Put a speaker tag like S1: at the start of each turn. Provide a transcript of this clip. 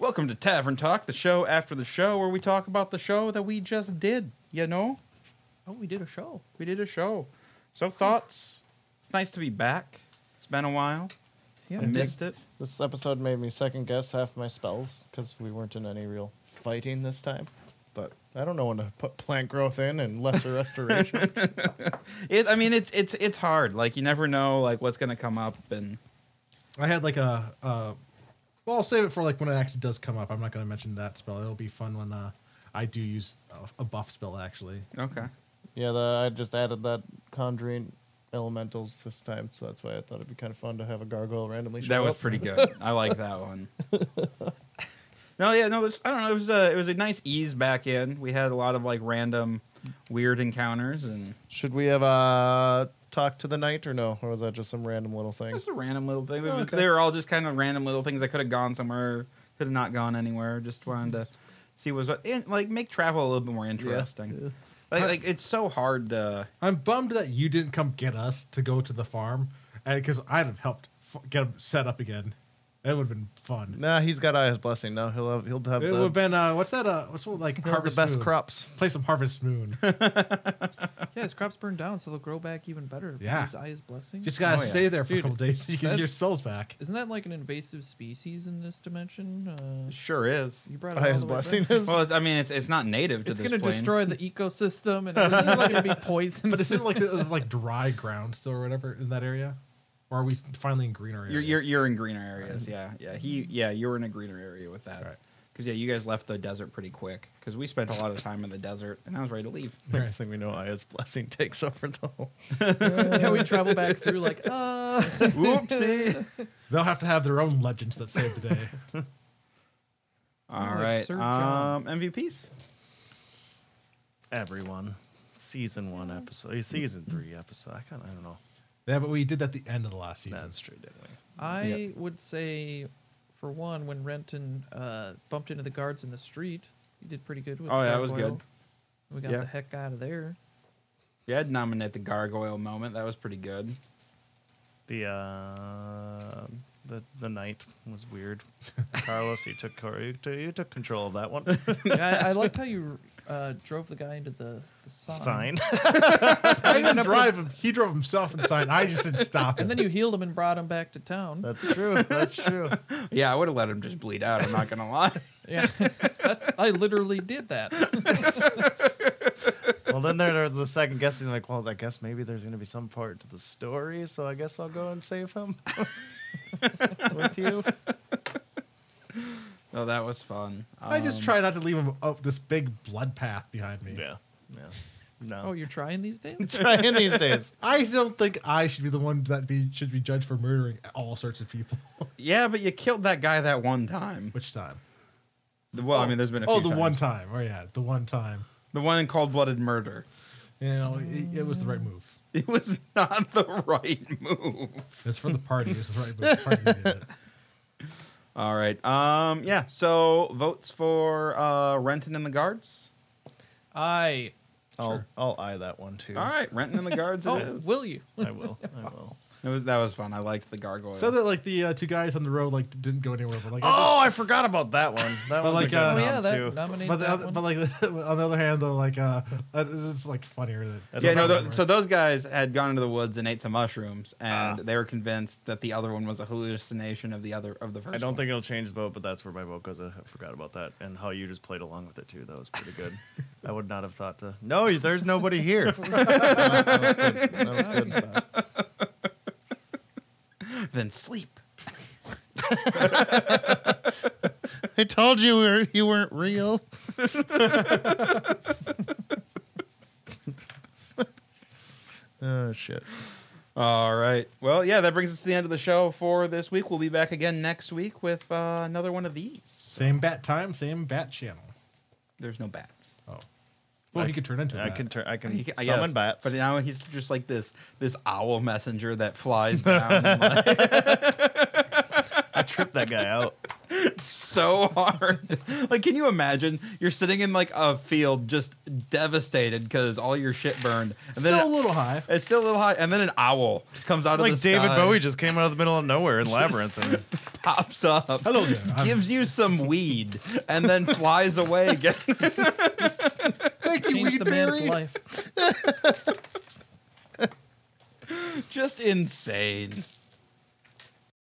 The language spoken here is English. S1: Welcome to Tavern Talk, the show after the show where we talk about the show that we just did. You know,
S2: Oh, we did a show.
S1: we did a show. So thoughts. It's nice to be back. It's been a while.
S2: Yeah.
S1: I missed it.
S3: This episode made me second guess half my spells because we weren't in any real fighting this time. But I don't know when to put plant growth in and lesser restoration.
S1: It. I mean, it's it's it's hard. Like you never know like what's gonna come up and
S4: I had like a, uh, well, I'll save it for like when it actually does come up. I'm not going to mention that spell. It'll be fun when uh, I do use a- a buff spell actually.
S1: okay.
S3: yeah, the, I just added that conjuring elementals this time, so that's why I thought it'd be kind of fun to have a gargoyle randomly. show
S1: That was
S3: up.
S1: pretty good. I like that one. No, yeah, no. It's, I don't know. It was a it was a nice ease back in. We had a lot of like random, weird encounters, and
S3: Should we have uh talk to the knight or no, or was that just some random little thing?
S1: just a random little thing.
S3: Oh, okay.
S1: They were all just kind of random little things that could have gone somewhere, could have not gone anywhere. Just wanted to see was what and, like make travel a little bit more interesting. Like, like it's so hard to.
S4: I'm bummed that you didn't come get us to go to the farm, and because I'd have helped f- get them set up again. That would have been fun.
S3: Nah, he's got Aya's blessing now. He'll have he'll have
S4: It
S3: the,
S4: would have been uh, what's that? Uh, what's one, like
S3: he'll have the
S4: harvest
S3: best
S4: moon.
S3: crops.
S4: Play some Harvest Moon.
S2: Yeah, his crops burned down, so they'll grow back even better. with
S4: Yeah.
S2: His eye is blessing.
S4: Just gotta
S1: Oh, yeah.
S4: stay there for
S2: Dude,
S4: a couple days so you can get your
S2: that's-
S4: spells back.
S2: Isn't that like an invasive species in this dimension? Uh,
S1: Sure is.
S2: you brought it all
S3: Aya's
S2: the way back.
S3: blessing is
S1: Well, it's, I mean, it's it's not native to
S2: It's
S1: this
S2: going to
S1: plane.
S2: destroy the ecosystem, and everything's going to be poisoned.
S4: But isn't it like it's like dry ground still or whatever in that area? Or are we finally in greener area?
S1: You're, you're you're in greener areas. Yeah, yeah. He yeah, you were in a greener area with that.
S4: Right.
S1: Because yeah, you guys left the desert pretty quick. Because we spent a lot of time in the desert, and I was ready to leave.
S3: next thing we know, Aya's blessing takes over the whole
S2: yeah, we travel back through like, uh,
S1: Oopsie.
S4: They'll have to have their own legends that save the day.
S1: All
S2: Like
S1: right.
S2: Sir
S1: Um,
S2: John.
S1: MVPs.
S3: everyone. Season one episode, eh, season three episode. I kind of, I don't know.
S4: yeah, but we did that at the end of the last season.
S3: That's true, didn't we?
S2: I
S1: Yep.
S2: would say, for one, when Renton uh, bumped into the guards in the street, he did pretty good with.
S1: Oh,
S2: the
S1: yeah, that was
S2: gargoyle.
S1: good.
S2: We got
S1: Yeah.
S2: the heck out of there.
S1: Yeah, I'd nominate the gargoyle moment. That was pretty good.
S3: The uh, the the night was weird. Carlos, you took cor- you took, you took control of that one
S2: Yeah, I, I liked how you uh, drove the guy into the, the sign.
S3: sign.
S4: I didn't drive him. He drove himself inside. I just said stop him.
S2: And then you healed him and brought him back to town.
S3: That's true. That's true.
S1: Yeah, I would have let him just bleed out. I'm not gonna lie.
S2: Yeah, that's I literally did that.
S3: Well, then there, there was the second guessing. Like, well, I guess maybe there's going to be some part to the story, so I guess I'll go and save him with you.
S1: No, Oh, that was fun.
S4: I just
S1: Um,
S4: try not to leave him up this big blood path behind me.
S3: yeah. No,
S2: Oh, you're trying these days?
S3: trying these days.
S4: I don't think I should be the one that be should be judged for murdering all sorts of people.
S1: Yeah, but you killed that guy that one time.
S4: Which time?
S1: Well, I mean, there's been a
S4: Oh,
S1: few
S4: the one
S1: times.
S4: time. Oh yeah, the one time.
S1: the one in cold blooded murder.
S4: You know, it, it was the right move.
S1: It was not the right move.
S4: It's for the party. It's the right move. The party did it.
S1: All right. Um. Yeah. So votes for uh, Renton and the guards.
S2: I
S3: I'll I'll eye that one too.
S1: All right, Renton and the guards. it
S2: oh,
S1: is.
S2: will you?
S3: I will. I will.
S1: It was that was fun. I liked the gargoyle.
S4: So that like the uh, two guys on the road like didn't go anywhere, but like. I
S3: Oh, I forgot about that one. That was
S4: like,
S3: like a good
S4: uh, Um,
S2: Oh yeah,
S3: one,
S2: that
S3: too.
S4: just-
S2: nominate
S4: but, the
S2: that
S4: other,
S2: one.
S4: but like on the other hand though like uh uh, it's like funnier than
S1: yeah, no. Th- so those guys had gone into the woods and ate some mushrooms, and
S3: Ah.
S1: they were convinced that the other one was a hallucination of the other of the first.
S3: I don't
S1: one.
S3: think it'll change the vote, but that's where my vote goes. I forgot about that and how you just played along with it too. That was pretty good. I would not have thought to. No, there's nobody here. that was good. That was good.
S1: Then sleep.
S3: I told you we were, you weren't real. oh shit!
S1: All right. Well, yeah, that brings us to the end of the show for this week. We'll be back again next week with uh, another one of these.
S4: same bat time, same bat channel.
S1: There's no bats.
S4: Oh, well,
S3: I-
S4: he could turn into. a
S3: I
S4: bat.
S3: can turn. I can
S1: He- I
S3: summon
S1: guess.
S3: bats.
S1: But now he's just like this this owl messenger that flies down. and, like,
S3: I tripped that guy out.
S1: so hard. Like, can you imagine? You're sitting in like a field, just devastated because all your shit burned, and
S4: Still a
S1: then
S4: little high.
S1: it's still a little hot, and then an owl comes out of
S3: It's like
S1: the
S3: David
S1: sky,
S3: Bowie just came out of the middle of nowhere in Labyrinth. And
S1: pops up,
S4: Hello there. I'm-
S1: gives you some weed, and then flies away again.
S4: Thank you,
S2: Change
S4: Weed
S2: the man's
S4: Fairy.
S2: life.
S1: just insane.